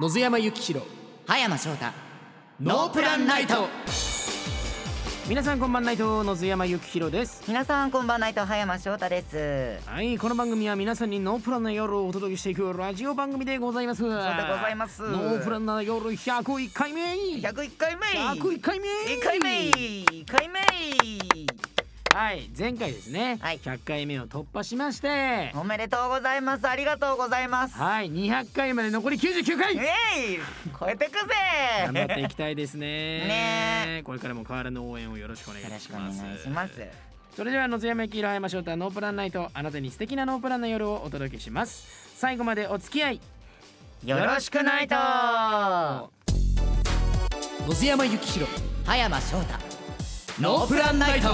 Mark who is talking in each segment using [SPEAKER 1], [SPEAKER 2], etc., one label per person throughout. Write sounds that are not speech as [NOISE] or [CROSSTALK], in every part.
[SPEAKER 1] 野津山幸弘
[SPEAKER 2] 葉山翔太
[SPEAKER 1] ノープランナイト
[SPEAKER 3] 皆さんこんばんないと野津山幸弘です
[SPEAKER 2] 皆さんこんばんないと葉山翔太です
[SPEAKER 3] はいこの番組は皆さんにノープランな夜をお届けしていくラジオ番組でございますそうでご
[SPEAKER 2] でございます
[SPEAKER 3] ノープランな夜101回目
[SPEAKER 2] 101回目
[SPEAKER 3] 101回目
[SPEAKER 2] 一回目一回目
[SPEAKER 3] はい前回ですね、
[SPEAKER 2] はい
[SPEAKER 3] 100回目を突破しまして
[SPEAKER 2] おめでとうございますありがとうございます
[SPEAKER 3] はい200回まで残り99回
[SPEAKER 2] えい超えてくぜ
[SPEAKER 3] 頑張っていきたいですね
[SPEAKER 2] ね
[SPEAKER 3] これからも変わらぬ応援をよろしくお願いし
[SPEAKER 2] よろ
[SPEAKER 3] ま
[SPEAKER 2] し
[SPEAKER 3] す
[SPEAKER 2] くお願いします
[SPEAKER 3] それでは野津山幸宏葉山翔太ノープランナイトあなたに素敵なノープランな夜をお届けします最後までお付き合い
[SPEAKER 2] よろしくないと葉
[SPEAKER 1] 野津山幸弘
[SPEAKER 2] 山翔太
[SPEAKER 1] ノープランナイト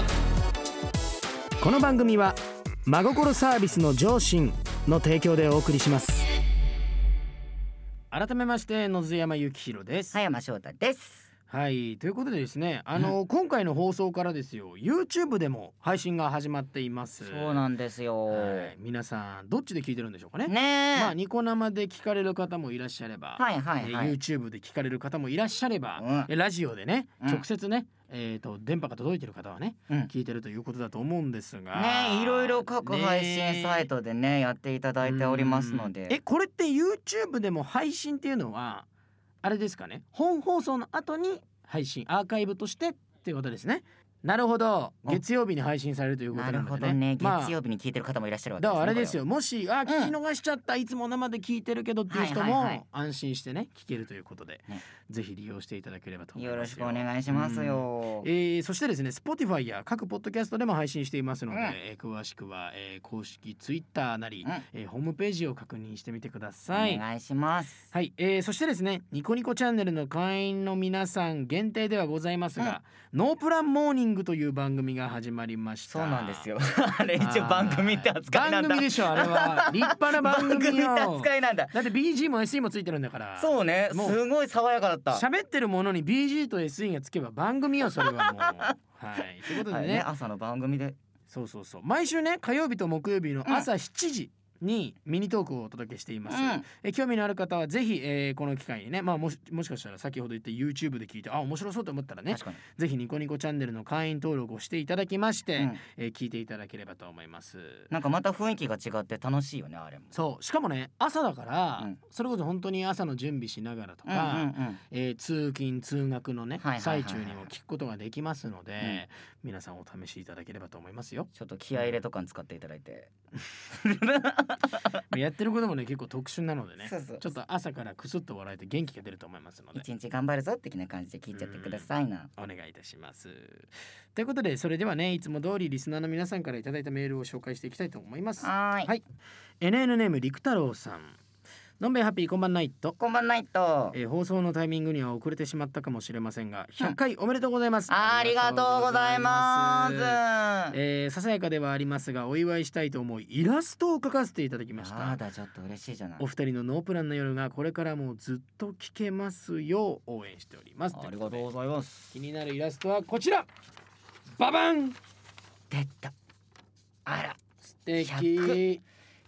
[SPEAKER 3] この番組は真心サービスの上進の提供でお送りします改めまして野津山幸宏です
[SPEAKER 2] 葉山翔太です
[SPEAKER 3] はいということでですねあの、今回の放送からですよ YouTube でも配信が始まっています
[SPEAKER 2] そうなんですよ
[SPEAKER 3] はい皆さんどっちで聞いてるんでしょうかね
[SPEAKER 2] ね
[SPEAKER 3] まあ、
[SPEAKER 2] え
[SPEAKER 3] ニコ生で聞かれる方もいらっしゃれば、
[SPEAKER 2] はいはいはい
[SPEAKER 3] えー YouTube で聞かれる方もいらっしゃれば、
[SPEAKER 2] うん
[SPEAKER 3] えラジオでね、
[SPEAKER 2] うん
[SPEAKER 3] 直接ね、えー、と電波が届いてる方はね
[SPEAKER 2] うん
[SPEAKER 3] 聞いてるということだと思うんですが
[SPEAKER 2] ねいろいろ各配信サイ
[SPEAKER 3] ね
[SPEAKER 2] トでねやっていただいておりますの
[SPEAKER 3] うんえ
[SPEAKER 2] で
[SPEAKER 3] これって YouTube でも配信っていうのはあれですかね本放送の後に配信アーカイブとしてっていうことですねなるほど
[SPEAKER 2] お
[SPEAKER 3] 月曜日に配信されるということな
[SPEAKER 2] な
[SPEAKER 3] ので
[SPEAKER 2] る
[SPEAKER 3] ね
[SPEAKER 2] ほどね
[SPEAKER 3] まあ
[SPEAKER 2] 月曜日に聞いてる方もいらっしゃるわけ
[SPEAKER 3] だ
[SPEAKER 2] です
[SPEAKER 3] か
[SPEAKER 2] ね
[SPEAKER 3] らあれです
[SPEAKER 2] よ
[SPEAKER 3] よもしあ
[SPEAKER 2] ん
[SPEAKER 3] 聞き逃しちゃった、いつも生で聞いてるけどっていう人
[SPEAKER 2] はいはいはい
[SPEAKER 3] も安心してね聞けるということで、
[SPEAKER 2] ね
[SPEAKER 3] ぜひ利用していただければと思い
[SPEAKER 2] よ
[SPEAKER 3] ま
[SPEAKER 2] ろ
[SPEAKER 3] す
[SPEAKER 2] しくお願いしますよ
[SPEAKER 3] うんえーそしてですね Spotify や各ポッドキャストでも配信していますので、
[SPEAKER 2] うん
[SPEAKER 3] えー詳しくは、えー公式 Twitter なり、
[SPEAKER 2] うん
[SPEAKER 3] えーホームページを確認してみてくだ
[SPEAKER 2] お
[SPEAKER 3] さい、
[SPEAKER 2] 願いします
[SPEAKER 3] はい、えーそしてですねニコニコチャンネルの会員の皆さん限定ではございますが「ノープランモーニング」という番組が始まりました
[SPEAKER 2] そうなんですよあれ一応番組って扱いなんだ
[SPEAKER 3] 番組でしょあれは立派な番
[SPEAKER 2] 番組
[SPEAKER 3] 組
[SPEAKER 2] って
[SPEAKER 3] よ
[SPEAKER 2] 扱いなんだ
[SPEAKER 3] だって BG も SE もついてるんだから
[SPEAKER 2] そうね
[SPEAKER 3] もう
[SPEAKER 2] すごい爽やかだった
[SPEAKER 3] 喋ってるものに BG と SE がつけば番組よそれ
[SPEAKER 2] [LAUGHS]
[SPEAKER 3] はもうはいということ
[SPEAKER 2] は
[SPEAKER 3] で
[SPEAKER 2] い
[SPEAKER 3] ね
[SPEAKER 2] ね朝の番組で
[SPEAKER 3] そうそうそう毎週ね火曜日と木曜日の朝7時にミニトークをお届けしています、
[SPEAKER 2] うん
[SPEAKER 3] え興味のある方はぜひ、えーこの機会にね、まあ、もしもしかしたら先ほど言った YouTube で聞いてあ面白そうと思ったらね
[SPEAKER 2] 確かに
[SPEAKER 3] ぜひニコニコチャンネルの会員登録をしていただきまして、
[SPEAKER 2] うん
[SPEAKER 3] えー聞いていただければと思います
[SPEAKER 2] なんかまた雰囲気が違って楽しいよねあれも
[SPEAKER 3] そうしかもね朝だから、
[SPEAKER 2] うん
[SPEAKER 3] それこそ本当に朝の準備しながらと
[SPEAKER 2] うんうん
[SPEAKER 3] か、
[SPEAKER 2] うん
[SPEAKER 3] えー通勤通学のね、
[SPEAKER 2] はいはいはいはい
[SPEAKER 3] 最中にも聞くことができますので、
[SPEAKER 2] ん
[SPEAKER 3] 皆さんお試しいただければと思いますよ
[SPEAKER 2] ちょっと気合い入れとかに使っていただいて
[SPEAKER 3] やってることもね結構特殊なのでね
[SPEAKER 2] そうそう
[SPEAKER 3] ちょっと朝からくすっと笑えて元気が出ると思いますので
[SPEAKER 2] 一日頑張るぞ的な感じで聞いちゃってくださいな
[SPEAKER 3] お願いいたしますということでそれではねいつも通りリスナーの皆さんからいただいたメールを紹介していきたいと思います
[SPEAKER 2] はーい
[SPEAKER 3] はい NN ネーム陸太郎さんのんべいハッピーこんばんないと
[SPEAKER 2] こんばんないと
[SPEAKER 3] えー放送のタイミングには遅れてしまったかもしれませんが100回おめでとうございます、
[SPEAKER 2] ありがとうございます
[SPEAKER 3] えーささやかではありますがお祝いしたいと思いイラストを描かせていただきまし
[SPEAKER 2] や
[SPEAKER 3] た
[SPEAKER 2] だちょっと嬉しいじゃない
[SPEAKER 3] お二人のノープランの夜がこれからもずっと聞けますよう応援しております
[SPEAKER 2] あり
[SPEAKER 3] とい
[SPEAKER 2] が
[SPEAKER 3] うこと
[SPEAKER 2] う
[SPEAKER 3] で
[SPEAKER 2] ございます
[SPEAKER 3] 気になるイラストはこちらババン
[SPEAKER 2] 出たあら
[SPEAKER 3] 素敵
[SPEAKER 2] 100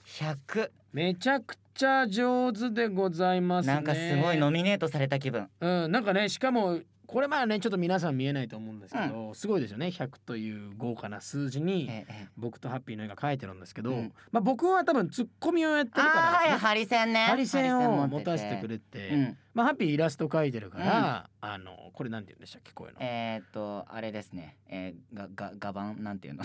[SPEAKER 2] 100
[SPEAKER 3] めちゃくちゃ上手でございますね
[SPEAKER 2] なんかすごいノミネートされた気分
[SPEAKER 3] うんなんかねしかもこれまあねちょっと皆さん見えないと思うんですけど、すごいですよね100という豪華な数字に
[SPEAKER 2] ええ
[SPEAKER 3] 僕とハッピーの絵が描いてるんですけど、
[SPEAKER 2] うん
[SPEAKER 3] まあ僕は多分ツッコミをやってるからです
[SPEAKER 2] あー
[SPEAKER 3] ね
[SPEAKER 2] はいハリセンね
[SPEAKER 3] ハリセンを持たせてく
[SPEAKER 2] れ
[SPEAKER 3] れて、
[SPEAKER 2] うん
[SPEAKER 3] まあハッピーイラスト描いてるから、あのこれなんて言うんでしたっけこういうの、
[SPEAKER 2] えーっとあれですねえーががガバンなんていうの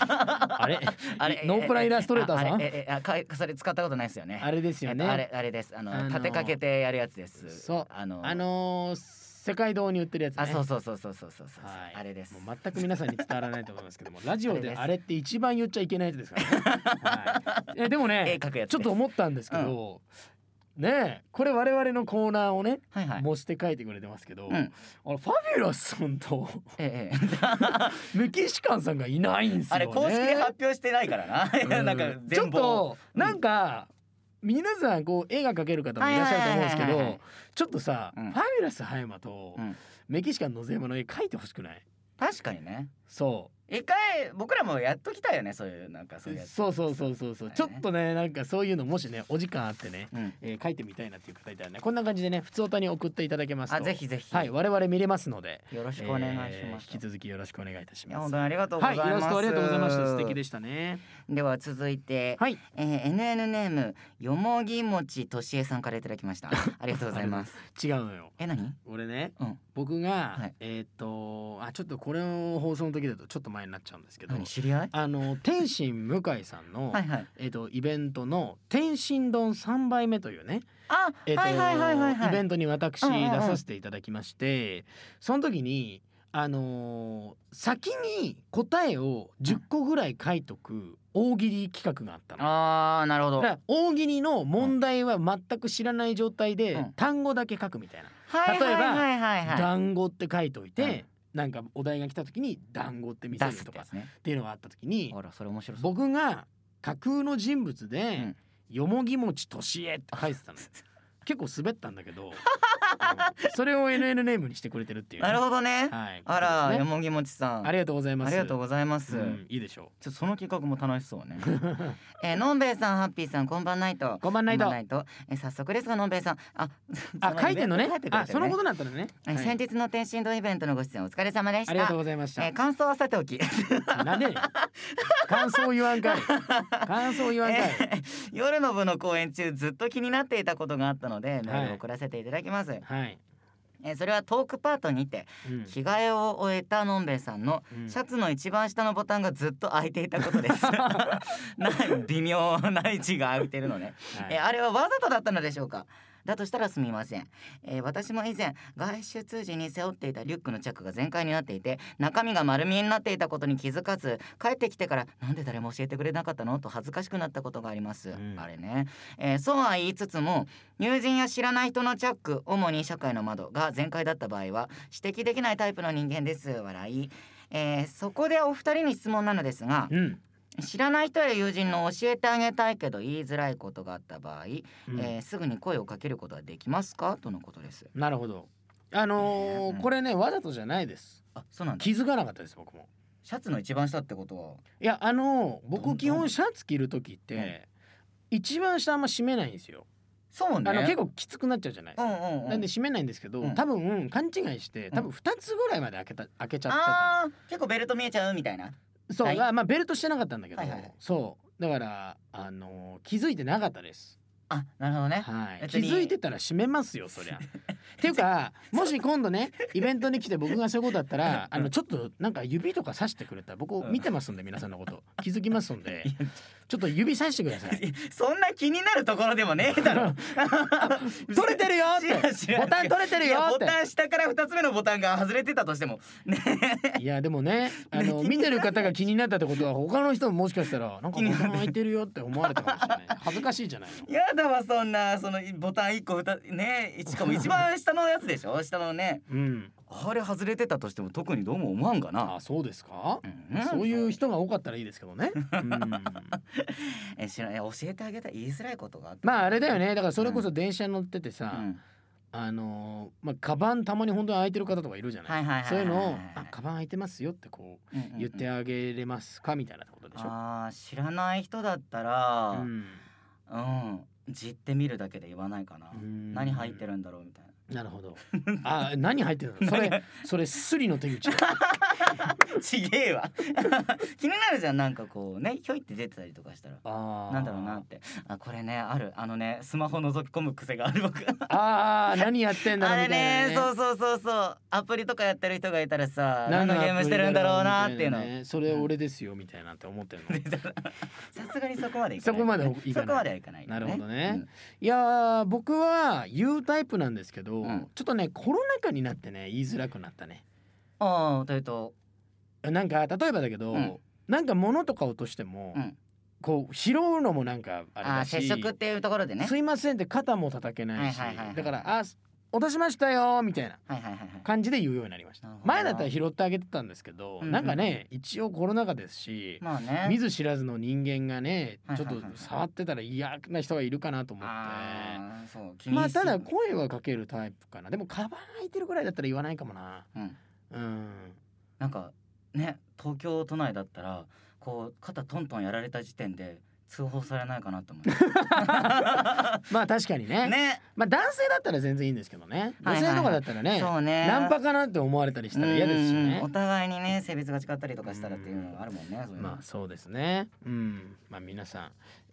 [SPEAKER 3] あれ
[SPEAKER 2] [LAUGHS] あれ
[SPEAKER 3] ノープランイラストレーターさん
[SPEAKER 2] ああれええあかそれ使ったことないですよね
[SPEAKER 3] あれですよね、
[SPEAKER 2] えっとあれあれですあの、
[SPEAKER 3] あのー
[SPEAKER 2] 立てかけてやるやつです
[SPEAKER 3] そう
[SPEAKER 2] あのー
[SPEAKER 3] あのー世界堂に売ってるやつね
[SPEAKER 2] あそうそうそうそうそうそうそう、
[SPEAKER 3] はい
[SPEAKER 2] あれです
[SPEAKER 3] もう全く皆さんに伝わらないと思いますけどもラジオ
[SPEAKER 2] あれで
[SPEAKER 3] ですあれって一番言っちゃいけないやつですからね、
[SPEAKER 2] [LAUGHS]
[SPEAKER 3] はい、えでも
[SPEAKER 2] 絵
[SPEAKER 3] ね
[SPEAKER 2] 描くやつ
[SPEAKER 3] ちょっと
[SPEAKER 2] です
[SPEAKER 3] 思ったんですけど、ねえこれ我々のコーナーをね
[SPEAKER 2] はいはい
[SPEAKER 3] 模して書いてくれてますけど、
[SPEAKER 2] うん
[SPEAKER 3] あのファビュラスさんと
[SPEAKER 2] ええええ
[SPEAKER 3] メキシカンさんがいないんですよね。
[SPEAKER 2] あれ公式で発表してないからない [LAUGHS] やなんか
[SPEAKER 3] うんちょ
[SPEAKER 2] 全
[SPEAKER 3] っ
[SPEAKER 2] 貌
[SPEAKER 3] となんか、皆さんこう絵が描ける方もいらっしゃると思うんですけ
[SPEAKER 2] はいはいはいは
[SPEAKER 3] ど
[SPEAKER 2] いは
[SPEAKER 3] ちょっとさ、
[SPEAKER 2] うん
[SPEAKER 3] ファビュラス葉山と
[SPEAKER 2] うん
[SPEAKER 3] メキシカンのゼマの絵描いてほしくない
[SPEAKER 2] 確かにね
[SPEAKER 3] そう
[SPEAKER 2] 一回僕らもやっときたいよねそういうなんかそういうやつ。
[SPEAKER 3] そうそうそうそうそう、
[SPEAKER 2] はいね
[SPEAKER 3] ちょっとねなんかそういうのもしねお時間あってね、
[SPEAKER 2] うん。
[SPEAKER 3] えー書いてみたいなっていう方いたらねこんな感じでね普通歌に送っていただけますと
[SPEAKER 2] あぜひぜひ。
[SPEAKER 3] はい我々見れますので
[SPEAKER 2] よろしくお願いし
[SPEAKER 3] えー
[SPEAKER 2] ま
[SPEAKER 3] 引
[SPEAKER 2] す。
[SPEAKER 3] き続きよろしくお願いいたし
[SPEAKER 2] いや
[SPEAKER 3] ます
[SPEAKER 2] 本当にありがとうござ
[SPEAKER 3] はいい
[SPEAKER 2] ます。
[SPEAKER 3] よろしくありがとうございました素敵でしたね
[SPEAKER 2] では続いて、
[SPEAKER 3] はい
[SPEAKER 2] えー NN ネームよもぎもちとしえさんからいただ
[SPEAKER 3] [LAUGHS]
[SPEAKER 2] きました。ありがとうございます。
[SPEAKER 3] 違うのよ
[SPEAKER 2] え何？
[SPEAKER 3] 俺ね
[SPEAKER 2] うん。
[SPEAKER 3] 僕が、
[SPEAKER 2] はい
[SPEAKER 3] えーっとあちょっとこれの放送の時だとちょっと前になっちゃうんですけど
[SPEAKER 2] 何知り合い？
[SPEAKER 3] あの天心向井さんの、
[SPEAKER 2] はいはい。
[SPEAKER 3] えーっとイベントの天心丼三杯目というね
[SPEAKER 2] あ、
[SPEAKER 3] えっと
[SPEAKER 2] はいはいはいはいはい。
[SPEAKER 3] イベントに私
[SPEAKER 2] う
[SPEAKER 3] 出
[SPEAKER 2] んうんうん
[SPEAKER 3] させていただきまして、その時にあのー先に答えを10個ぐらい書いとく大喜利企画があったの。
[SPEAKER 2] ああなるほど。
[SPEAKER 3] だから大喜利の問題は全く知らない状態で、
[SPEAKER 2] うん
[SPEAKER 3] 単語だけ書くみたいな。
[SPEAKER 2] はいはいはいはいはい。
[SPEAKER 3] 団子って書いといて、
[SPEAKER 2] うん
[SPEAKER 3] なんかお題が来た時に団子って見せ
[SPEAKER 2] 出
[SPEAKER 3] る
[SPEAKER 2] すっ
[SPEAKER 3] とか
[SPEAKER 2] てや
[SPEAKER 3] っ
[SPEAKER 2] つね。
[SPEAKER 3] ていうのがあった時に
[SPEAKER 2] あらそれ面白そう。
[SPEAKER 3] 僕が架空の人物で「
[SPEAKER 2] うん
[SPEAKER 3] よもぎもちとしえ」って書いて
[SPEAKER 2] [LAUGHS]
[SPEAKER 3] たのよ。結構滑ったんだけどうんそれを NN ネームにしてくれてるっていうね、
[SPEAKER 2] なるほどね。
[SPEAKER 3] はい、
[SPEAKER 2] あら
[SPEAKER 3] ことです
[SPEAKER 2] よ
[SPEAKER 3] ね
[SPEAKER 2] もぎもちさん。
[SPEAKER 3] ありがとうございます
[SPEAKER 2] ありがとうございます。
[SPEAKER 3] うんいいでしょ
[SPEAKER 2] ちょっとその企画も楽しそうね。 [LAUGHS]
[SPEAKER 3] う
[SPEAKER 2] えー、のんべえさん、ハッピーさん、こんばんないと。
[SPEAKER 3] こんばんないと
[SPEAKER 2] ないと。えー、早速ですが、のんべえさん。あ、
[SPEAKER 3] あ書いてんのね
[SPEAKER 2] 書いてくれてる
[SPEAKER 3] あそのことなんだったのね、
[SPEAKER 2] えー
[SPEAKER 3] はい
[SPEAKER 2] 先日の天津丼イベントのご出演お疲れ様でした。
[SPEAKER 3] ありがとうございました、
[SPEAKER 2] えー感想はさておき
[SPEAKER 3] なんで感想言わん
[SPEAKER 2] [LAUGHS]
[SPEAKER 3] かい感想言わんかい、
[SPEAKER 2] えー [LAUGHS] 夜の部の公演中ずっと気になっていたことがあったのでメールを送らせていただきます、
[SPEAKER 3] はい、
[SPEAKER 2] えーそれはトークパートにて
[SPEAKER 3] うん
[SPEAKER 2] 着替えを終えたのんべえさんの
[SPEAKER 3] うん
[SPEAKER 2] シャツの一番下のボタンがずっと開いていたことです [LAUGHS] な微妙な位置が開いてるのね
[SPEAKER 3] はい
[SPEAKER 2] えーあれはわざとだったのでしょうかだとしたらすみません、えー私も以前外出時に背負っていたリュックのチャックが全開になっていて中身が丸見えになっていたことに気づかず帰ってきてからなんで誰も教えてくれなかったのと恥ずかしくなったことがあります、
[SPEAKER 3] ん
[SPEAKER 2] あれね、えーそうは言いつつも友人や知らない人のチャック主に社会の窓が全開だった場合は指摘できないタイプの人間です笑い、えーそこでお二人に質問なのですが、
[SPEAKER 3] うん
[SPEAKER 2] 知らない人や友人の教えてあげたいけど言いづらいことがあった場合、
[SPEAKER 3] うん
[SPEAKER 2] えーすぐに声をかけることはできますかとのことです。
[SPEAKER 3] なるほど。あのー
[SPEAKER 2] うん
[SPEAKER 3] これねわざとじゃないです。
[SPEAKER 2] あ、そうなんだ。
[SPEAKER 3] 気づかなかったです僕も。
[SPEAKER 2] シャツの一番下ってことは。
[SPEAKER 3] いやあのー
[SPEAKER 2] どんど
[SPEAKER 3] 僕
[SPEAKER 2] ん
[SPEAKER 3] 基本シャツ着る時って、一番下あんま締めないんですよ。
[SPEAKER 2] そうね。
[SPEAKER 3] あの結構きつくなっちゃうじゃないですか。
[SPEAKER 2] うんうんうん。
[SPEAKER 3] なんで締めないんですけど、
[SPEAKER 2] うん
[SPEAKER 3] 多分勘違いして多
[SPEAKER 2] う
[SPEAKER 3] 分
[SPEAKER 2] ん
[SPEAKER 3] 2つぐらいまで開けた開けちゃってた
[SPEAKER 2] ああ、結構ベルト見えちゃうみたいな。
[SPEAKER 3] のそう、
[SPEAKER 2] はい
[SPEAKER 3] あまあベルトしてなかったんだけど、
[SPEAKER 2] はいはいはい
[SPEAKER 3] そうだからあのー気づいてなかったです
[SPEAKER 2] あ、なるほどね。
[SPEAKER 3] はい、
[SPEAKER 2] 別
[SPEAKER 3] 気
[SPEAKER 2] に
[SPEAKER 3] づいてたら閉めますよそりゃ。っていうかもし今度ねイベントに来て僕がそういうことだった
[SPEAKER 2] [LAUGHS]
[SPEAKER 3] らあのちょっとなんか指とか刺してくれたら僕見てますんで皆さんのこと気づきますんでちょっと指刺してください。
[SPEAKER 2] [LAUGHS] そんな気になるところでもねえだろ。
[SPEAKER 3] [LAUGHS] 取れてるよっ
[SPEAKER 2] [LAUGHS] 知らん知
[SPEAKER 3] て
[SPEAKER 2] らん
[SPEAKER 3] ボタン取れてる
[SPEAKER 2] い
[SPEAKER 3] よ
[SPEAKER 2] や
[SPEAKER 3] っ
[SPEAKER 2] ボタ
[SPEAKER 3] て
[SPEAKER 2] ン下から二つ目のボタンが外れてたとしても。ね。
[SPEAKER 3] いやでもねあの見てる方が気になったってことは他の人ももしかしたらなんかボタン開いてるよって思われたかもしれない恥ずかしいじゃないの。
[SPEAKER 2] やだわそんなそのボタン一個二つね。しかも一番下のやつでしょ。下のね。
[SPEAKER 3] [LAUGHS] うん、
[SPEAKER 2] あれ外れてたとしても特にどうも思わんがな
[SPEAKER 3] あ。そうですか
[SPEAKER 2] うん
[SPEAKER 3] そういう人が多かったらいいですけどね。うん
[SPEAKER 2] え知らない教えてあげたい言いづらいことがあった
[SPEAKER 3] まああれだよねだからそれこそ電車乗ってて
[SPEAKER 2] う
[SPEAKER 3] さ、
[SPEAKER 2] ん
[SPEAKER 3] あのーまあカバンたまに本当に空いてる方とかいるじゃない,、
[SPEAKER 2] はいはいはいはい
[SPEAKER 3] そういうのを「あカバン空いてますよ」ってこう
[SPEAKER 2] うんうん
[SPEAKER 3] 言ってあげれますかみたいなことでしょ。
[SPEAKER 2] あー知らない人だったら
[SPEAKER 3] うん
[SPEAKER 2] うんじってみるだけで言わないかな
[SPEAKER 3] うん
[SPEAKER 2] 何入ってるんだろうみたいな [LAUGHS]
[SPEAKER 3] なるほど。あ何入ってるのそれそれスリの手
[SPEAKER 2] [LAUGHS]
[SPEAKER 3] 口。
[SPEAKER 2] ちげえわ [LAUGHS] 気になるじゃんなんかこうねひょいって出てたりとかしたら
[SPEAKER 3] あー
[SPEAKER 2] なんだろうなっ。てあこれねあるあのねスマホ覗き込む癖がある僕
[SPEAKER 3] ああ何やってんだ
[SPEAKER 2] [LAUGHS] あ
[SPEAKER 3] ろう
[SPEAKER 2] れ
[SPEAKER 3] みたいな、
[SPEAKER 2] ね
[SPEAKER 3] ね。
[SPEAKER 2] そうそうそうそうアプリとかやってる人がいたらさ何の
[SPEAKER 3] アプ
[SPEAKER 2] ゲ
[SPEAKER 3] リ
[SPEAKER 2] ームしてるんだろうなっていうの
[SPEAKER 3] みたねそれ俺ですよみたいなって思
[SPEAKER 2] [LAUGHS]
[SPEAKER 3] ってるの。い
[SPEAKER 2] さすがにそこまでいかない
[SPEAKER 3] そこまでいかない
[SPEAKER 2] そこまではいかないよ
[SPEAKER 3] な
[SPEAKER 2] ね
[SPEAKER 3] るほどねやー僕は言うタイプなんですけど、
[SPEAKER 2] うん
[SPEAKER 3] ちょっとねコロナ禍になってね言いづらくなったね。
[SPEAKER 2] うんああというと
[SPEAKER 3] なんか例えばだけど、
[SPEAKER 2] うん
[SPEAKER 3] なんか物とか落としても、
[SPEAKER 2] うん
[SPEAKER 3] こう拾うのもなんかあれ
[SPEAKER 2] あ
[SPEAKER 3] だ
[SPEAKER 2] あ
[SPEAKER 3] し
[SPEAKER 2] 接触っていうところでね
[SPEAKER 3] すいませんって肩も叩けないし、
[SPEAKER 2] はいはいはいはい
[SPEAKER 3] だから「あ落としましたよ」みたいな
[SPEAKER 2] はいはいはいはい
[SPEAKER 3] 感じで言うようになりまし
[SPEAKER 2] な
[SPEAKER 3] た
[SPEAKER 2] るほどな
[SPEAKER 3] 前だったら拾ってあげてたんですけど、
[SPEAKER 2] うんうん
[SPEAKER 3] なんかね一応コロナ禍ですし、
[SPEAKER 2] まあね
[SPEAKER 3] 見ず知らずの人間がね
[SPEAKER 2] はい
[SPEAKER 3] ち
[SPEAKER 2] は
[SPEAKER 3] ょ
[SPEAKER 2] い
[SPEAKER 3] っと
[SPEAKER 2] はいはい
[SPEAKER 3] 触ってたら嫌な人がいるかなと思って。
[SPEAKER 2] ああそう気に
[SPEAKER 3] まあ
[SPEAKER 2] する
[SPEAKER 3] ただ声はかけるタイプかなでもカバン開いてるぐらいだったら言わないかもな
[SPEAKER 2] うん
[SPEAKER 3] うん
[SPEAKER 2] なんかね東京都内だったらこう肩トントンやられた時点で通報されないか
[SPEAKER 3] [LAUGHS]
[SPEAKER 2] なと思
[SPEAKER 3] まあ確かに
[SPEAKER 2] う
[SPEAKER 3] ね
[SPEAKER 2] ね
[SPEAKER 3] まあ男性だったら全然いいんですけどね
[SPEAKER 2] はい
[SPEAKER 3] 女
[SPEAKER 2] は
[SPEAKER 3] 性
[SPEAKER 2] い
[SPEAKER 3] とかだったらね、
[SPEAKER 2] そうね
[SPEAKER 3] ナンパかなって思われたりしたら嫌ですし
[SPEAKER 2] うんうん
[SPEAKER 3] ね
[SPEAKER 2] お互いにね性別が違ったりとかしたらっていうのがあるもんねそういうの
[SPEAKER 3] まあそうですねうんまあ皆さん、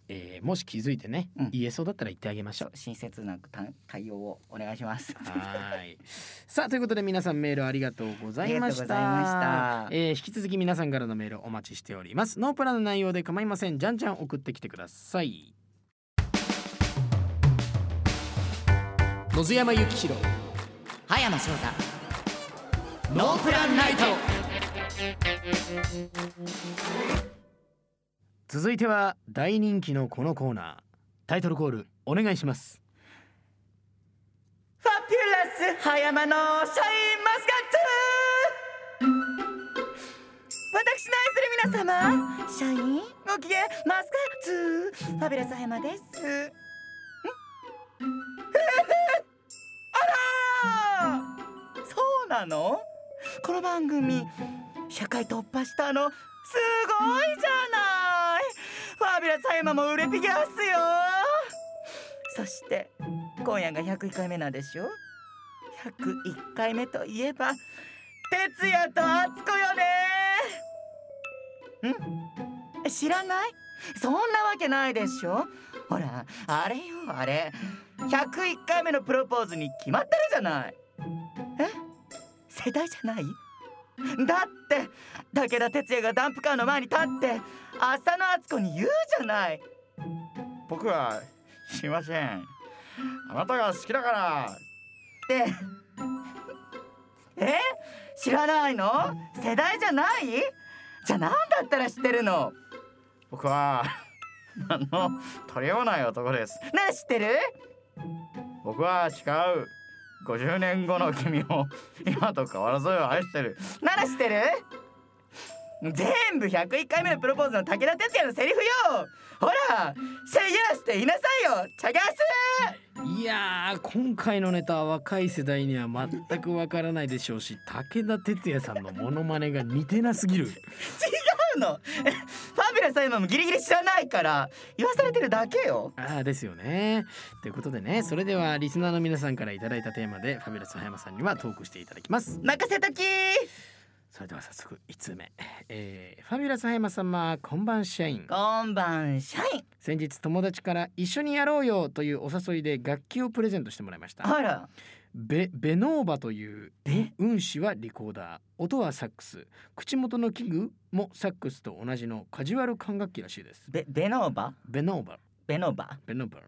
[SPEAKER 3] えーもし気づいてね、
[SPEAKER 2] うん
[SPEAKER 3] 言えそうだったら言ってあげましょう
[SPEAKER 2] 親切なた対応をお願いします。
[SPEAKER 3] はーい。さあということで皆さんメールありがとうございました。
[SPEAKER 2] ありがとうございました
[SPEAKER 3] えー引き続き皆さんからのメールお待ちしております。ノープランの内容で構いません。じゃんじゃん送ってきてください。
[SPEAKER 1] 野津山幸弘
[SPEAKER 2] 葉山翔太
[SPEAKER 1] ノープランナイト
[SPEAKER 3] 続いては大人気のこのコーナー。タイトルコールお願いします。
[SPEAKER 2] ファピュラス葉山のシャインマスカッツ私の愛する皆様シャインご機嫌マスカッツファビュラス葉山ですん [LAUGHS] あらそうなのこの番組社会突破したのすごいじゃないファビュラス葉山も売れピギャスよそして今夜が101回目なんでしょ101回目といえば哲也と敦子よねん知らないそんなわけないでしょほらあれよあれ101回目のプロポーズに決まってるじゃないえ世代じゃないだって武田鉄矢がダンプカーの前に立って浅野敦子に言うじゃない僕はしませんあなたが好きだからって [LAUGHS] え知らないの世代じゃないじゃあ何だったら知ってるの僕は [LAUGHS] あの取り合わない男ですねえ知ってる僕は違う50年後の君を [LAUGHS] 今と変わらず愛してるなら知ってる全部101回目のプロポーズの武田鉄矢のセリフよほら「せいやして言いなさいよチャガス!」
[SPEAKER 3] いやー今回のネタは若い世代には全くわからないでしょうし武田鉄矢さんのモノマネが似てなすぎる
[SPEAKER 2] 違うのえファビュラスは今もギリギリ知らないから言わされてるだけよ
[SPEAKER 3] ああですよね。ということでねそれではリスナーの皆さんからいただいたテーマでファビュラス葉山さんにはトークしていただきます。
[SPEAKER 2] 任せとき
[SPEAKER 3] それでは早速1通目、えーファビュラス葉山様こんばん社員
[SPEAKER 2] こんばん社員
[SPEAKER 3] 先日友達から一緒にやろうよというお誘いで楽器をプレゼントしてもらいました
[SPEAKER 2] あら
[SPEAKER 3] ベベノーバという運指はリコーダー音はサックス口元の器具もサックスと同じのカジュアル管楽器らしいです
[SPEAKER 2] ベベノーバ
[SPEAKER 3] ベノーバ
[SPEAKER 2] ベノーバ
[SPEAKER 3] ベノーバル、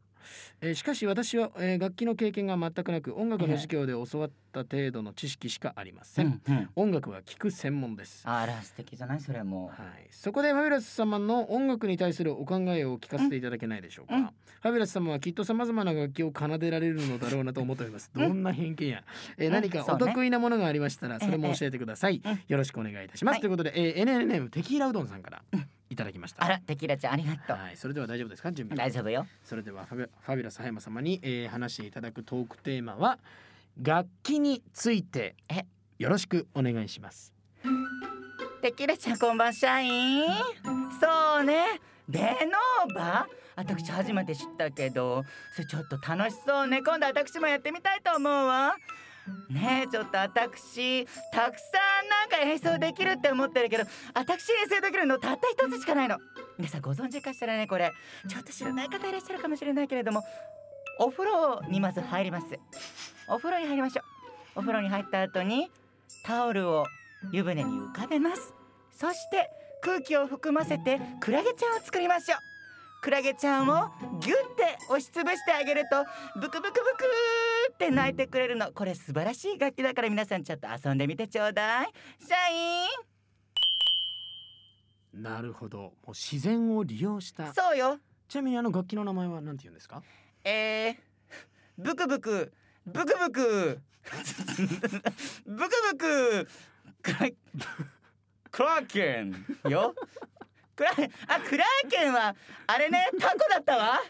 [SPEAKER 3] えーしかし私は、えー楽器の経験が全くなく音楽の授業で教わった程度の知識しかありません、
[SPEAKER 2] うん
[SPEAKER 3] 音楽は聴く専門です、
[SPEAKER 2] あら素敵じゃないそれも
[SPEAKER 3] はい、そこでファビュラス様の音楽に対するお考えを聞かせていただけないでしょうか、
[SPEAKER 2] うん
[SPEAKER 3] ファビュラス様はきっとさまざまな楽器を奏でられるのだろうなと思っております
[SPEAKER 2] うん
[SPEAKER 3] どんな偏見や、えー
[SPEAKER 2] うん
[SPEAKER 3] 何か
[SPEAKER 2] そう
[SPEAKER 3] お
[SPEAKER 2] ね
[SPEAKER 3] 得意なものがありましたらそれも教えてください、
[SPEAKER 2] ええうん
[SPEAKER 3] よろしくお願いいたします、
[SPEAKER 2] はい
[SPEAKER 3] ということで、えー、NNN テキーラうどんさんからいただきました、
[SPEAKER 2] あらテキーラちゃんありがとう
[SPEAKER 3] はい、それでは大丈夫ですか準備
[SPEAKER 2] 大丈夫よ
[SPEAKER 3] それではファビュファビュラス葉山様に、えー話していただくトークテーマは楽器について
[SPEAKER 2] え
[SPEAKER 3] よろしくお願いします。
[SPEAKER 2] テキーラちゃんこんばん社員そうねベノーバ私初めて知ったけどそれちょっと楽しそうね今度私もやってみたいと思うわねえちょっと私たくさんなんか演奏できるって思ってるけど私演奏できるのたった一つしかないの皆さんご存知かしらねこれちょっと知らない方いらっしゃるかもしれないけれどもお風呂にまず入りますお風呂に入りましょうお風呂に入った後にタオルを湯船に浮かべますそして空気を含ませてクラゲちゃんを作りましょうクラゲちゃんをギュって押しつぶしてあげるとブクブクブクって鳴いてくれるのこれ素晴らしい楽器だから皆さんちょっと遊んでみてちょうだいシャイン
[SPEAKER 3] なるほどもう自然を利用した
[SPEAKER 2] そうよ
[SPEAKER 3] ちなみにあの楽器の名前は何て言うんですか
[SPEAKER 2] えー、ブクブクブクブクブクブククラクラーケンよクラあクラーケンはあれねタコだったわ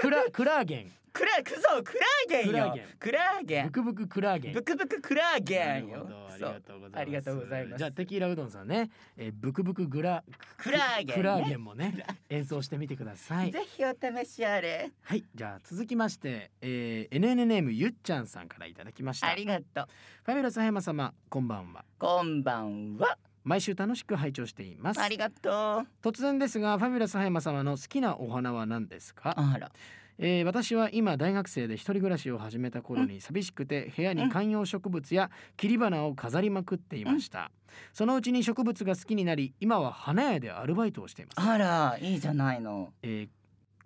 [SPEAKER 3] クラクラーゲン
[SPEAKER 2] クラクそうクラーゲンよクラーゲン
[SPEAKER 3] [LAUGHS] ブクブククラーゲン
[SPEAKER 2] ブクブククラーゲン
[SPEAKER 3] なる
[SPEAKER 2] よ
[SPEAKER 3] ほどあり
[SPEAKER 2] そ
[SPEAKER 3] が
[SPEAKER 2] う
[SPEAKER 3] とうございます
[SPEAKER 2] ありがとうございます
[SPEAKER 3] じゃあテキーラうどんさんね、えー、ブクブクグラ
[SPEAKER 2] クラーゲンね
[SPEAKER 3] クラーゲンもね演奏してみてください
[SPEAKER 2] ぜひお試しあれ
[SPEAKER 3] はいじゃあ続きまして、えー、NN ネームゆっちゃんさんからいただきました
[SPEAKER 2] ありがとう
[SPEAKER 3] ファミラス葉山様こんばんは
[SPEAKER 2] こんばんは
[SPEAKER 3] 毎週楽しく拝聴しています
[SPEAKER 2] ありがとう
[SPEAKER 3] 突然ですがファミラス葉山様の好きなお花は何ですか、
[SPEAKER 2] あら
[SPEAKER 3] えー私は今大学生で一人暮らしを始めた頃に寂しくて部屋に観葉植物や切り花を飾りまくっていましたそのうちに植物が好きになり今は花屋でアルバイトをしています、
[SPEAKER 2] あらいいじゃないの
[SPEAKER 3] えー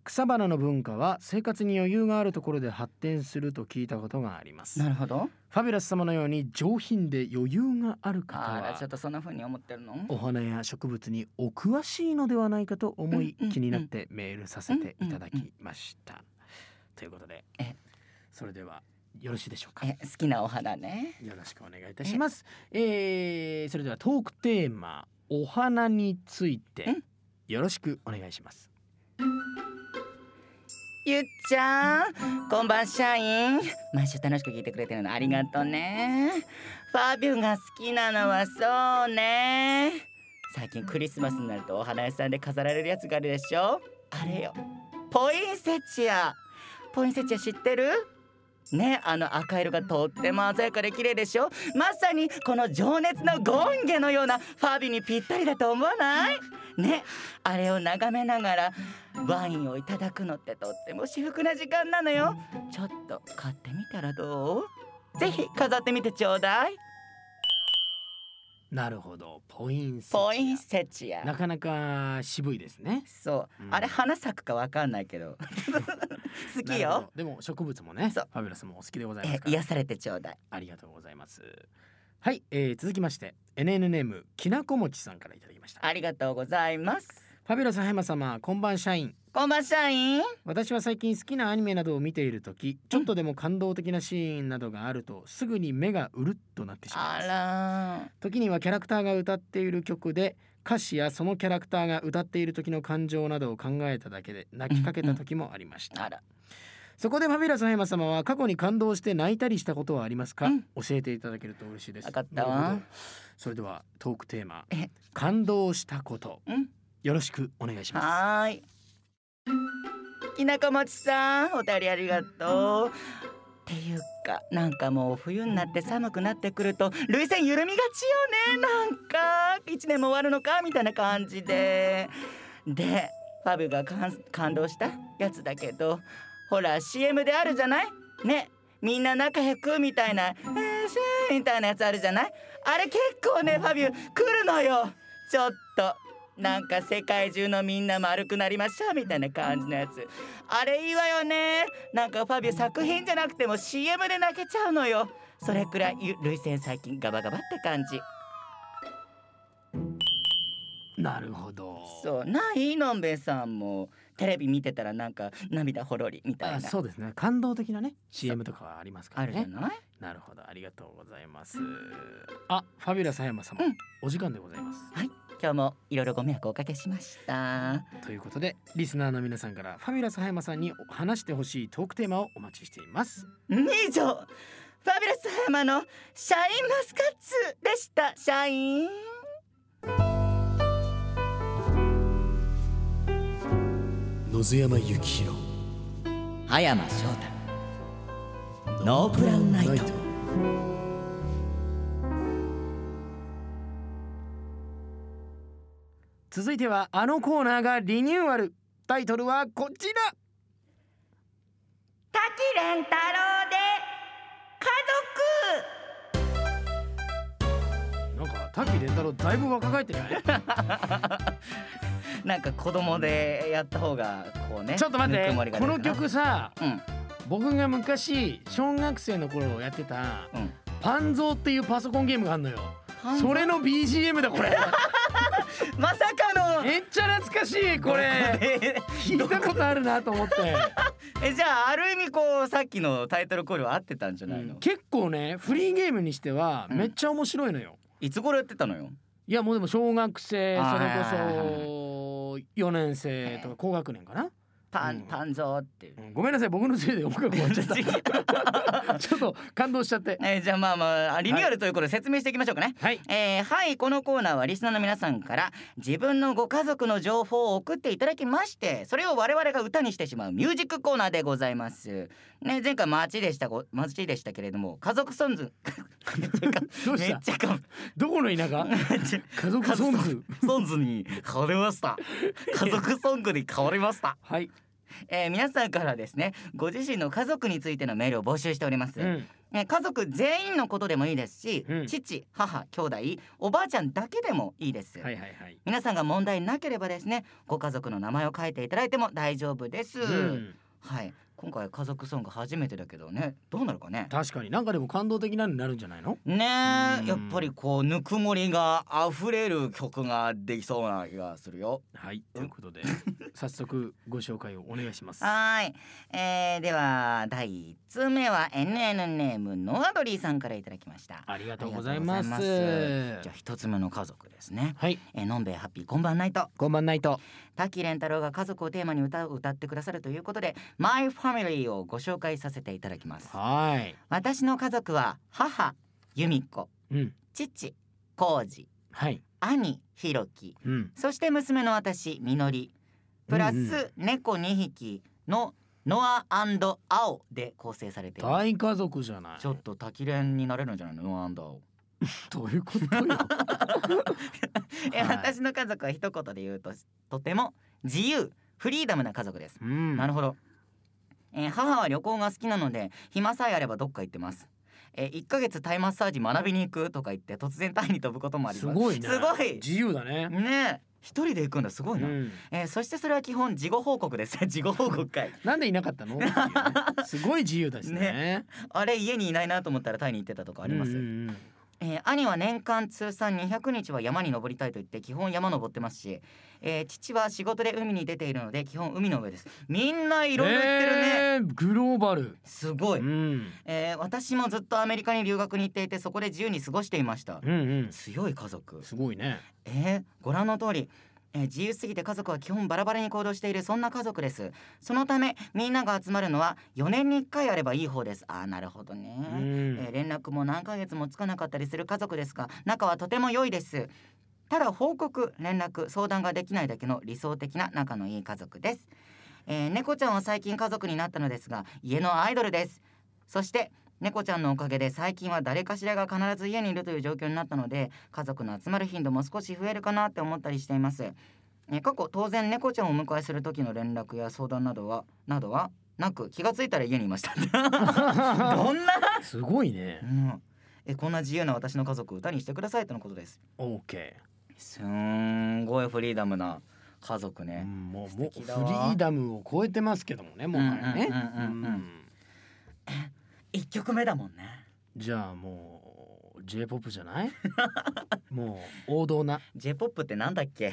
[SPEAKER 3] 草花の文化は生活に余裕があるところで発展すると聞いたことがあります
[SPEAKER 2] なるほど
[SPEAKER 3] ファビュラス様のように上品で余裕がある方
[SPEAKER 2] あら
[SPEAKER 3] は
[SPEAKER 2] ちょっとそんな風に思ってるの
[SPEAKER 3] お花や植物にお詳しいのではないかと思い
[SPEAKER 2] うんうん
[SPEAKER 3] 気になってメールさせていただきました。ということで
[SPEAKER 2] え
[SPEAKER 3] それではよろしいでしょうか。
[SPEAKER 2] え好きなお花ね
[SPEAKER 3] よろしくお願いいたします。えーそれではトークテーマ「お花について
[SPEAKER 2] ん」
[SPEAKER 3] よろしくお願いします。
[SPEAKER 2] ゆっちゃんこんばん社員毎週楽しく聞いてくれてるのありがとうねファビュが好きなのはそうね最近クリスマスになるとお花屋さんで飾られるやつがあるでしょあれよポインセチアポインセチア知ってるねあの赤色がとっても鮮やかで綺麗でしょまさにこの情熱のゴンゲのようなファビュにぴったりだと思わないねあれを眺めながらワインをいただくのってとっても至福な時間なのよちょっと買ってみたらどうぜひ飾ってみてちょうだい
[SPEAKER 3] なるほどポインセチア
[SPEAKER 2] ポインセチ
[SPEAKER 3] な
[SPEAKER 2] ア
[SPEAKER 3] かなか渋いですね。
[SPEAKER 2] そう、
[SPEAKER 3] うん
[SPEAKER 2] あれ花咲くかわかんないけど [LAUGHS] 好き
[SPEAKER 3] なるほ
[SPEAKER 2] よ
[SPEAKER 3] どでも植物もねフ
[SPEAKER 2] そう
[SPEAKER 3] ァビュラスもお好きでございま
[SPEAKER 2] え
[SPEAKER 3] すから
[SPEAKER 2] 癒されてちょうだい
[SPEAKER 3] ありがとうございます。はい、えー、続きまして NN ネームきなこもちさんからいただきました。
[SPEAKER 2] ありがとうございます
[SPEAKER 3] ファビュラス葉山様、こんばん社員。
[SPEAKER 2] こんばん社員
[SPEAKER 3] 私は最近好きなアニメなどを見ているとき、ちょっとでも感動的なシーンなどがあると、すぐに目がうるっとなってしま
[SPEAKER 2] あ
[SPEAKER 3] います。
[SPEAKER 2] ら
[SPEAKER 3] 時にはキャラクターが歌っている曲で、歌詞やそのキャラクターが歌っている時の感情などを考えただけで泣きかけた時もありました。
[SPEAKER 2] あら
[SPEAKER 3] そこでファビュラス葉山様は過去に感動して泣いたりしたことはありますか、
[SPEAKER 2] うん
[SPEAKER 3] 教えていただけると嬉しいです。
[SPEAKER 2] わかったわ
[SPEAKER 3] なるほどそれではトークテーマ
[SPEAKER 2] え
[SPEAKER 3] 感動したこと
[SPEAKER 2] うん
[SPEAKER 3] よろしくお願いします。
[SPEAKER 2] はーい。きなこもちさん、お便りありがとう。っていうか、なんかもう冬になって寒くなってくると、涙腺緩みがちよね。なんか、一年も終わるのかみたいな感じで。で、ファブが感感動したやつだけど、ほら CM であるじゃないね。みんな仲良くみたいな、えーシェーみたいなやつあるじゃないあれ結構ねファビュ来るのよちょっとなんか世界中のみんな丸くなりましょうみたいな感じのやつあれいいわよねなんかファビュ作品じゃなくても CM で泣けちゃうのよそれくらいゆ涙腺最近ガバガバって感じ
[SPEAKER 3] なるほど。
[SPEAKER 2] そうないのんべえさんもテレビ見てたらなんか涙ほろりみた
[SPEAKER 3] あ
[SPEAKER 2] いな
[SPEAKER 3] そうですね感動的なね CM とかはありますか
[SPEAKER 2] あ
[SPEAKER 3] ら
[SPEAKER 2] るじゃ
[SPEAKER 3] ね
[SPEAKER 2] ない
[SPEAKER 3] なるほどありがとうございますあファビュラス葉山様、
[SPEAKER 2] うん
[SPEAKER 3] お時間でございます
[SPEAKER 2] 今日もいろいろご迷惑をおかけしました
[SPEAKER 3] ということでリスナーの皆さんからファビュラス葉山さんにお話してほしいトークテーマをお待ちしています
[SPEAKER 2] 以上ファビュラスハマのシャインマスカッツでしたシャイン
[SPEAKER 1] 野津山幸弘
[SPEAKER 2] 葉山翔太
[SPEAKER 1] ノープランナイト
[SPEAKER 3] 続いてはあのコーナーがリニューアルタイトルはこちら
[SPEAKER 2] 滝蓮太郎で
[SPEAKER 3] なんか滝蓮太郎だいぶ若返ってない
[SPEAKER 2] 家族なんか子供でやった方がこうね
[SPEAKER 3] [LAUGHS] ちょっと待っ
[SPEAKER 2] ぬくもり
[SPEAKER 3] て
[SPEAKER 2] が
[SPEAKER 3] この
[SPEAKER 2] 出るかな
[SPEAKER 3] 曲さ
[SPEAKER 2] うん
[SPEAKER 3] 僕が昔小学生の頃やってた
[SPEAKER 2] うん
[SPEAKER 3] パンゾーっていうパソコンゲームがあるのよそれの BGM だこ [LAUGHS] れ
[SPEAKER 2] まさかの
[SPEAKER 3] めっちゃ懐かしいこれ
[SPEAKER 2] え
[SPEAKER 3] 聞いたことあるなと思って、
[SPEAKER 2] えじゃあある意味こうさっきのタイトルコールは合ってたんじゃないの、
[SPEAKER 3] 結構ねフリーゲームにしては
[SPEAKER 2] うん
[SPEAKER 3] めっちゃ面白いのよ、
[SPEAKER 2] いつ頃やってたのよ
[SPEAKER 3] いやもうでも小学生
[SPEAKER 2] あー
[SPEAKER 3] それこそ4年生とか高学年かな
[SPEAKER 2] パ
[SPEAKER 3] うん
[SPEAKER 2] ン誕生っていう。
[SPEAKER 3] うんごめんなさい僕のせいで音楽終わっちゃった
[SPEAKER 2] [LAUGHS]
[SPEAKER 3] ちょっと感動しちゃって
[SPEAKER 2] えーじゃあまあまあリニューアルということで説明していきましょうかね。
[SPEAKER 3] はい
[SPEAKER 2] えーはいこのコーナーはリスナーの皆さんから自分のご家族の情報を送っていただきましてそれを我々が歌にしてしまうミュージックコーナーでございます。ね前回街でしたご街でしたけれども家族ソンズ
[SPEAKER 3] どうし
[SPEAKER 2] めったちゃかぶ
[SPEAKER 3] どこの田舎家族
[SPEAKER 2] [LAUGHS]
[SPEAKER 3] ソンズ
[SPEAKER 2] ソンズに変わりました。家族ソングに変わりました。
[SPEAKER 3] はい、
[SPEAKER 2] えー皆さんからですねご自身の家族についてのメールを募集しております。
[SPEAKER 3] うん、
[SPEAKER 2] ね、家族全員のことでもいいですし、
[SPEAKER 3] うん
[SPEAKER 2] 父母兄弟おばあちゃんだけでもいいです、
[SPEAKER 3] はいはいはい、
[SPEAKER 2] 皆さんが問題なければですねご家族の名前を書いていただいても大丈夫です、
[SPEAKER 3] うん、
[SPEAKER 2] はい今回家族ソング初めてだけどねどうなるかね
[SPEAKER 3] 確かになんかでも感動的なのになるんじゃないの
[SPEAKER 2] ね
[SPEAKER 3] うん
[SPEAKER 2] えやっぱりこうぬくもりが溢れる曲ができそうな気がするよ
[SPEAKER 3] はいということ
[SPEAKER 2] [LAUGHS]
[SPEAKER 3] で早速ご紹介をお願いします
[SPEAKER 2] はーい、えー、では第1通目は NN ネームノアドリーさんからいただきました
[SPEAKER 3] ありがとうございます
[SPEAKER 2] ありがとうございますじゃあ1つ目の家族ですね
[SPEAKER 3] はい
[SPEAKER 2] えーのんべえハッピーこんばんないと
[SPEAKER 3] こんばんないと
[SPEAKER 2] 滝蓮太郎が家族をテーマに歌を歌ってくださるということで「マイファミリーをご紹介させていただきます
[SPEAKER 3] はい
[SPEAKER 2] 私の家族は母由美子
[SPEAKER 3] うん
[SPEAKER 2] 父浩二
[SPEAKER 3] はい
[SPEAKER 2] 兄ひろき
[SPEAKER 3] うん
[SPEAKER 2] そして娘の私みのりプラ
[SPEAKER 3] うんうん
[SPEAKER 2] ス猫2匹のノア青で構成されています
[SPEAKER 3] 大家族じゃない
[SPEAKER 2] ちょっと滝蓮になれるんじゃないのノア青
[SPEAKER 3] どういう [LAUGHS] ことよ
[SPEAKER 2] え
[SPEAKER 3] はい
[SPEAKER 2] 私の家族は一言で言うととても自由フリーダムな家族です
[SPEAKER 3] うん
[SPEAKER 2] なる
[SPEAKER 3] ほ
[SPEAKER 2] ほど、えー母は旅行が好きなので暇さえあればどっか行ってます、えー、1ヶ月タイマッサージ学びに行くとか言って突然タイに飛ぶこともあります
[SPEAKER 3] ごいね
[SPEAKER 2] すごい
[SPEAKER 3] 自由だね
[SPEAKER 2] ねえ一人で行くんだすごいな、
[SPEAKER 3] うん
[SPEAKER 2] えーそしてそれは基本事後報告です [LAUGHS] 事後報告会
[SPEAKER 3] なんでいなかった
[SPEAKER 2] [LAUGHS]
[SPEAKER 3] のっていうねすごい自由だしね
[SPEAKER 2] あれ家にいないなと思ったらタイに行ってたとかあります、
[SPEAKER 3] うんうんうん
[SPEAKER 2] えー兄は年間通算200日は山に登りたいと言って基本山登ってますし、えー父は仕事で海に出ているので基本海の上ですみんないろいろ言ってるね、
[SPEAKER 3] えーグローバル
[SPEAKER 2] すご
[SPEAKER 3] う
[SPEAKER 2] い
[SPEAKER 3] んうん
[SPEAKER 2] えー私もずっとアメリカに留学に行っていてそこで自由に過ごしていました
[SPEAKER 3] うん
[SPEAKER 2] 強い家族
[SPEAKER 3] すごいね
[SPEAKER 2] えーご覧の通りえー自由すぎて家族は基本バラバラに行動しているそんな家族ですそのためみんなが集まるのは4年に1回あればいい方ですあーなるほどね、
[SPEAKER 3] うん
[SPEAKER 2] えー連絡も何ヶ月もつかなかったりする家族ですが仲はとても良いですただ報告連絡相談ができないだけの理想的な仲のいい家族です、えー猫ちゃんは最近家族になったのですが家のアイドルですそして猫ちゃんのおかげで最近は誰かしらが必ず家にいるという状況になったので家族の集まる頻度も少し増えるかなって思ったりしています、えー過去当然猫ちゃんをお迎えする時の連絡や相談などはなどはなく気がついたら家にいました [LAUGHS] どんな
[SPEAKER 3] [LAUGHS] すごいね
[SPEAKER 2] うん、えこんな自由な私の家族を歌にしてくださいとのことです
[SPEAKER 3] オーケ
[SPEAKER 2] すんごいフリーダムな家族
[SPEAKER 3] ーう
[SPEAKER 2] ね、
[SPEAKER 3] んもうもうフリ
[SPEAKER 2] 素敵だわ
[SPEAKER 3] ーダムを超えてますけどもねもはやね
[SPEAKER 2] うんうんうんうんうん
[SPEAKER 3] うん
[SPEAKER 2] 一曲目だもんね
[SPEAKER 3] じゃあもう J-POP じゃない [LAUGHS] もう王道な
[SPEAKER 2] J-POP ってなんだっけ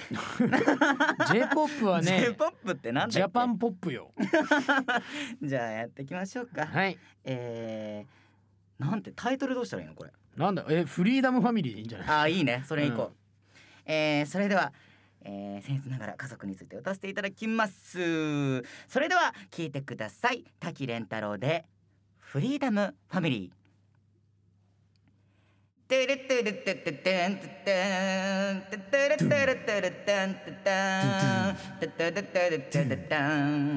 [SPEAKER 3] J-POP は
[SPEAKER 2] [LAUGHS]
[SPEAKER 3] ね
[SPEAKER 2] J-POP ってなんだっけ
[SPEAKER 3] ジャパンポップよ
[SPEAKER 2] じゃあやっていきましょうか、
[SPEAKER 3] はい
[SPEAKER 2] えー、なんてタイトルどうしたらいいのこ [LAUGHS] れ
[SPEAKER 3] なんだえフリーダムファミリーでいいんじゃない
[SPEAKER 2] あーいいねそれ以降、
[SPEAKER 3] うん
[SPEAKER 2] えーそれではえー、僭越ながら家族について歌わせていただきますそれでは聞いてください滝蓮太郎でフリーダムファミリーテレテレテテテンテテンテテレテレテレテンテテンテテレテレテレテン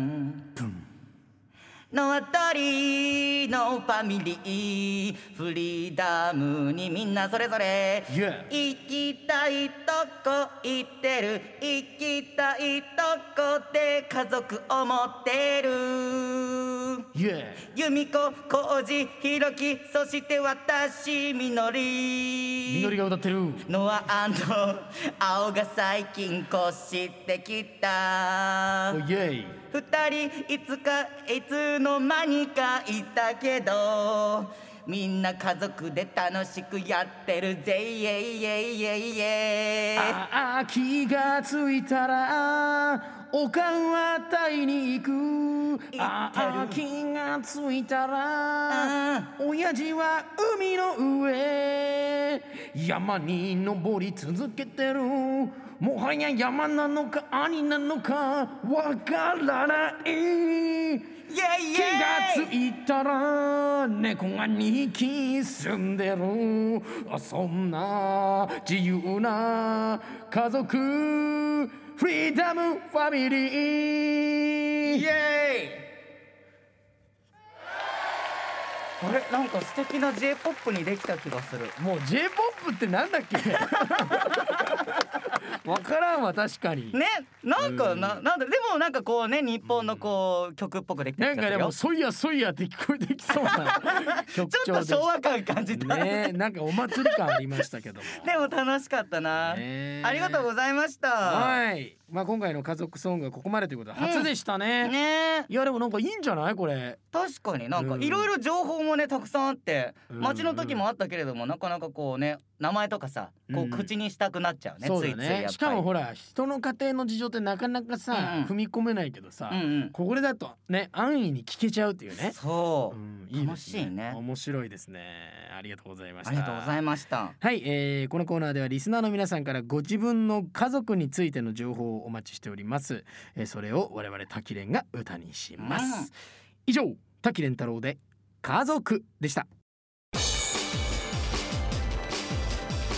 [SPEAKER 2] のあたりのファミリーフリーダムにみんなそれぞれ
[SPEAKER 3] Yeah
[SPEAKER 2] 行きたいとこ行ってる行きたいとこで家族を持ってる
[SPEAKER 3] イエ
[SPEAKER 2] 由美子浩二ひろきそして私みの
[SPEAKER 3] ーみ
[SPEAKER 2] り
[SPEAKER 3] のりが歌ってる
[SPEAKER 2] ノア青が最近越してきた
[SPEAKER 3] おイエ
[SPEAKER 2] 二人いつかいつの間にかいたけどみんな家族で楽しくやってるぜイエイエイエイエイ
[SPEAKER 3] ああ気がついたらおかんはタイに行くああ気がついたら
[SPEAKER 2] あ
[SPEAKER 3] 親父は海の上山に登り続けてるもはや山なのか兄なのかわからない
[SPEAKER 2] イエイイ
[SPEAKER 3] 気が
[SPEAKER 2] エ
[SPEAKER 3] つ
[SPEAKER 2] イ
[SPEAKER 3] いたら猫が2匹住んでるそんな自由な家族フリーダムファミリー
[SPEAKER 2] イエイあれなんか素敵な J-POP にできた気がする
[SPEAKER 3] もう J-POP ってなんだ
[SPEAKER 2] [LAUGHS]
[SPEAKER 3] っけわからんわ確かに、
[SPEAKER 2] ねなんかななんだでもなんかこうね日本のこう曲っぽくでき
[SPEAKER 3] な
[SPEAKER 2] た
[SPEAKER 3] ん
[SPEAKER 2] 気が
[SPEAKER 3] か
[SPEAKER 2] す
[SPEAKER 3] で
[SPEAKER 2] るよ
[SPEAKER 3] も「そいやそいや」って聞こえてきそう
[SPEAKER 2] [LAUGHS]
[SPEAKER 3] な曲
[SPEAKER 2] ち
[SPEAKER 3] 調
[SPEAKER 2] ょっ
[SPEAKER 3] で
[SPEAKER 2] と昭和感感じた、
[SPEAKER 3] ねえなんかお祭り感ありましたけども
[SPEAKER 2] [LAUGHS] でも楽しかったな、
[SPEAKER 3] ね
[SPEAKER 2] ありがとうございました、
[SPEAKER 3] はいまあ今回の家族ソングはここまでということで初でしたね、
[SPEAKER 2] ね
[SPEAKER 3] いやでもなんかいいんじゃないこれ
[SPEAKER 2] 確かになんか
[SPEAKER 3] うん
[SPEAKER 2] いろいろ情報もねたくさんあって
[SPEAKER 3] うん
[SPEAKER 2] 街の時もあったけれどもなかなかこうね名前とかさこ
[SPEAKER 3] う
[SPEAKER 2] うん口にしたくなっちゃうね、
[SPEAKER 3] そう
[SPEAKER 2] つ
[SPEAKER 3] だ
[SPEAKER 2] いつい
[SPEAKER 3] ね
[SPEAKER 2] やっぱり
[SPEAKER 3] しかもほら人の家庭の事情ってなかなかさ、
[SPEAKER 2] うんうん
[SPEAKER 3] 踏み込めないけどさ、
[SPEAKER 2] うんうん
[SPEAKER 3] これだとね安易に聞けちゃうっていうね
[SPEAKER 2] そう、
[SPEAKER 3] ん
[SPEAKER 2] 楽しいね
[SPEAKER 3] 面白いですねありがとうございました
[SPEAKER 2] ありがとうございました
[SPEAKER 3] はい、えーこのコーナーではリスナーの皆さんからご自分の家族についての情報をお待ちしております、えーそれを我々滝蓮が歌にします、
[SPEAKER 2] うん
[SPEAKER 3] 以上滝蓮太郎で家族でした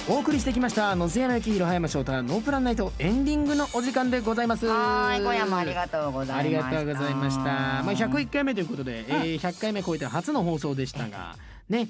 [SPEAKER 3] お送りしてきました野津山幸宏葉山翔太ノープランナイトエンディングのお時間でございます
[SPEAKER 2] はーい今夜もありがとうござ
[SPEAKER 3] あ
[SPEAKER 2] い
[SPEAKER 3] り
[SPEAKER 2] ました
[SPEAKER 3] がとうございました。まあ101回目ということで、えー100回目超えて初の放送でしたが、ね、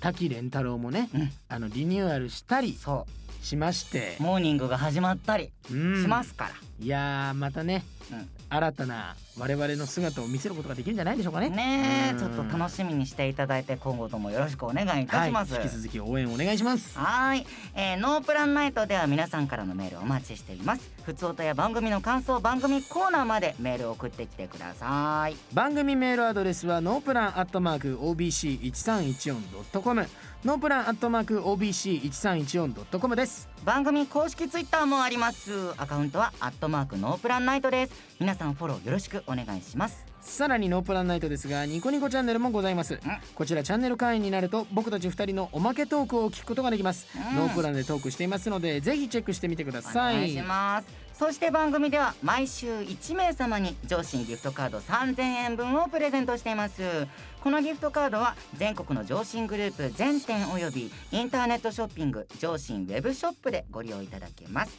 [SPEAKER 3] 滝蓮太郎もね、
[SPEAKER 2] うん
[SPEAKER 3] あのリニューアルしたり
[SPEAKER 2] そ
[SPEAKER 3] しまして
[SPEAKER 2] う、モーニングが始まったり
[SPEAKER 3] うん
[SPEAKER 2] しますから、
[SPEAKER 3] いやーまたね、
[SPEAKER 2] うん
[SPEAKER 3] 新たな我々の姿を見せることができるんじゃないでしょうかね。
[SPEAKER 2] ね
[SPEAKER 3] うん
[SPEAKER 2] えちょっと楽しみにしていただいて今後ともよろしくお願いいた
[SPEAKER 3] は
[SPEAKER 2] し
[SPEAKER 3] い、
[SPEAKER 2] ます、
[SPEAKER 3] 引き続き応援お願いします。
[SPEAKER 2] はーい、えー、ノープランナイトでは皆さんからのメールをお待ちしていますふつおたや番組の感想番組コーナーまでメールを送ってきてください
[SPEAKER 3] 番組メールアドレスはノープランアットマーク OBC1314.com ノープランアットマーク OBC1314.com です。
[SPEAKER 2] 番組公式ツイッターもありますアカウントはアットマークノープランナイトです皆さんフォローよろしくお願いします
[SPEAKER 3] さらにノープランナイトですがニコニコチャンネルもございますこちらチャンネル会員になると僕たち2人のおまけトークを聞くことができます、
[SPEAKER 2] うん
[SPEAKER 3] ノープランでトークしていますのでぜひチェックしてみてくだ
[SPEAKER 2] お
[SPEAKER 3] さい
[SPEAKER 2] 願いしますそして番組では毎週1名様に上信ギフトカード3000円分をプレゼントしていますこのギフトカードは全国の上信グループ全店およびインターネットショッピング上信ウェブショップでご利用いただけます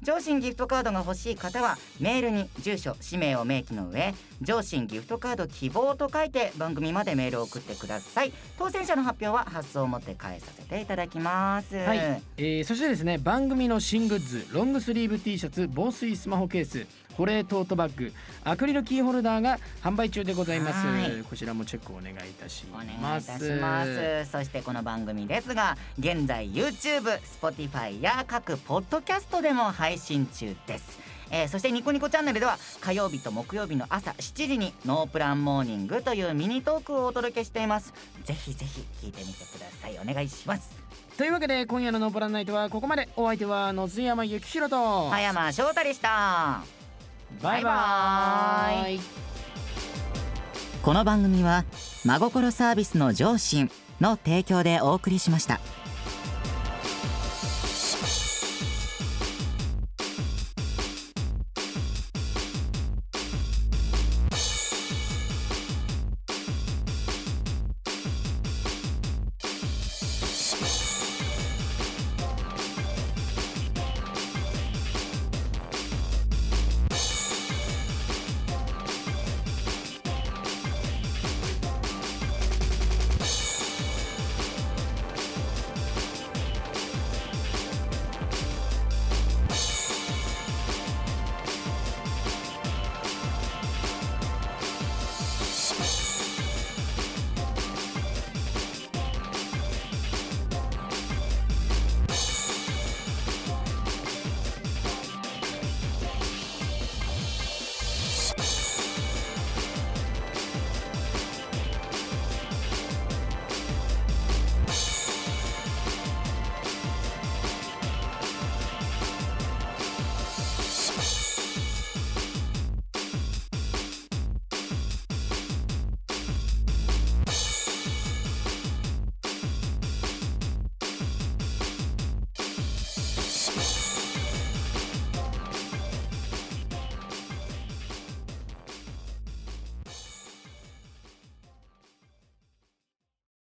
[SPEAKER 2] 上信ギフトカードが欲しい方はメールに住所氏名を明記の上上信ギフトカード希望と書いて番組までメールを送ってください当選者の発表は発送をもって返させていただきます
[SPEAKER 3] はい、えーそしてですね番組の新グッズロングスリーブ T シャツ防水スマホケース保冷トートバッグアクリルキーホルダーが販売中でございます
[SPEAKER 2] はい
[SPEAKER 3] こちらもチェックお願いいたし
[SPEAKER 2] お願いい
[SPEAKER 3] ま
[SPEAKER 2] た
[SPEAKER 3] す
[SPEAKER 2] しますそしてこの番組ですが現在 YouTube、Spotify や各ポッドキャストでも配信中です、えーそしてニコニコチャンネルでは火曜日と木曜日の朝7時にノープランモーニングというミニトークをお届けしていますぜひぜひ聞いてみてくださいお願いします
[SPEAKER 3] というわけで今夜のノープランナイトはここまでお相手は野津山幸宏と
[SPEAKER 2] 葉山翔太でした
[SPEAKER 3] バイバ
[SPEAKER 2] バイバ
[SPEAKER 3] ーイ
[SPEAKER 2] この番組は真心サービスの上信の提供でお送りしました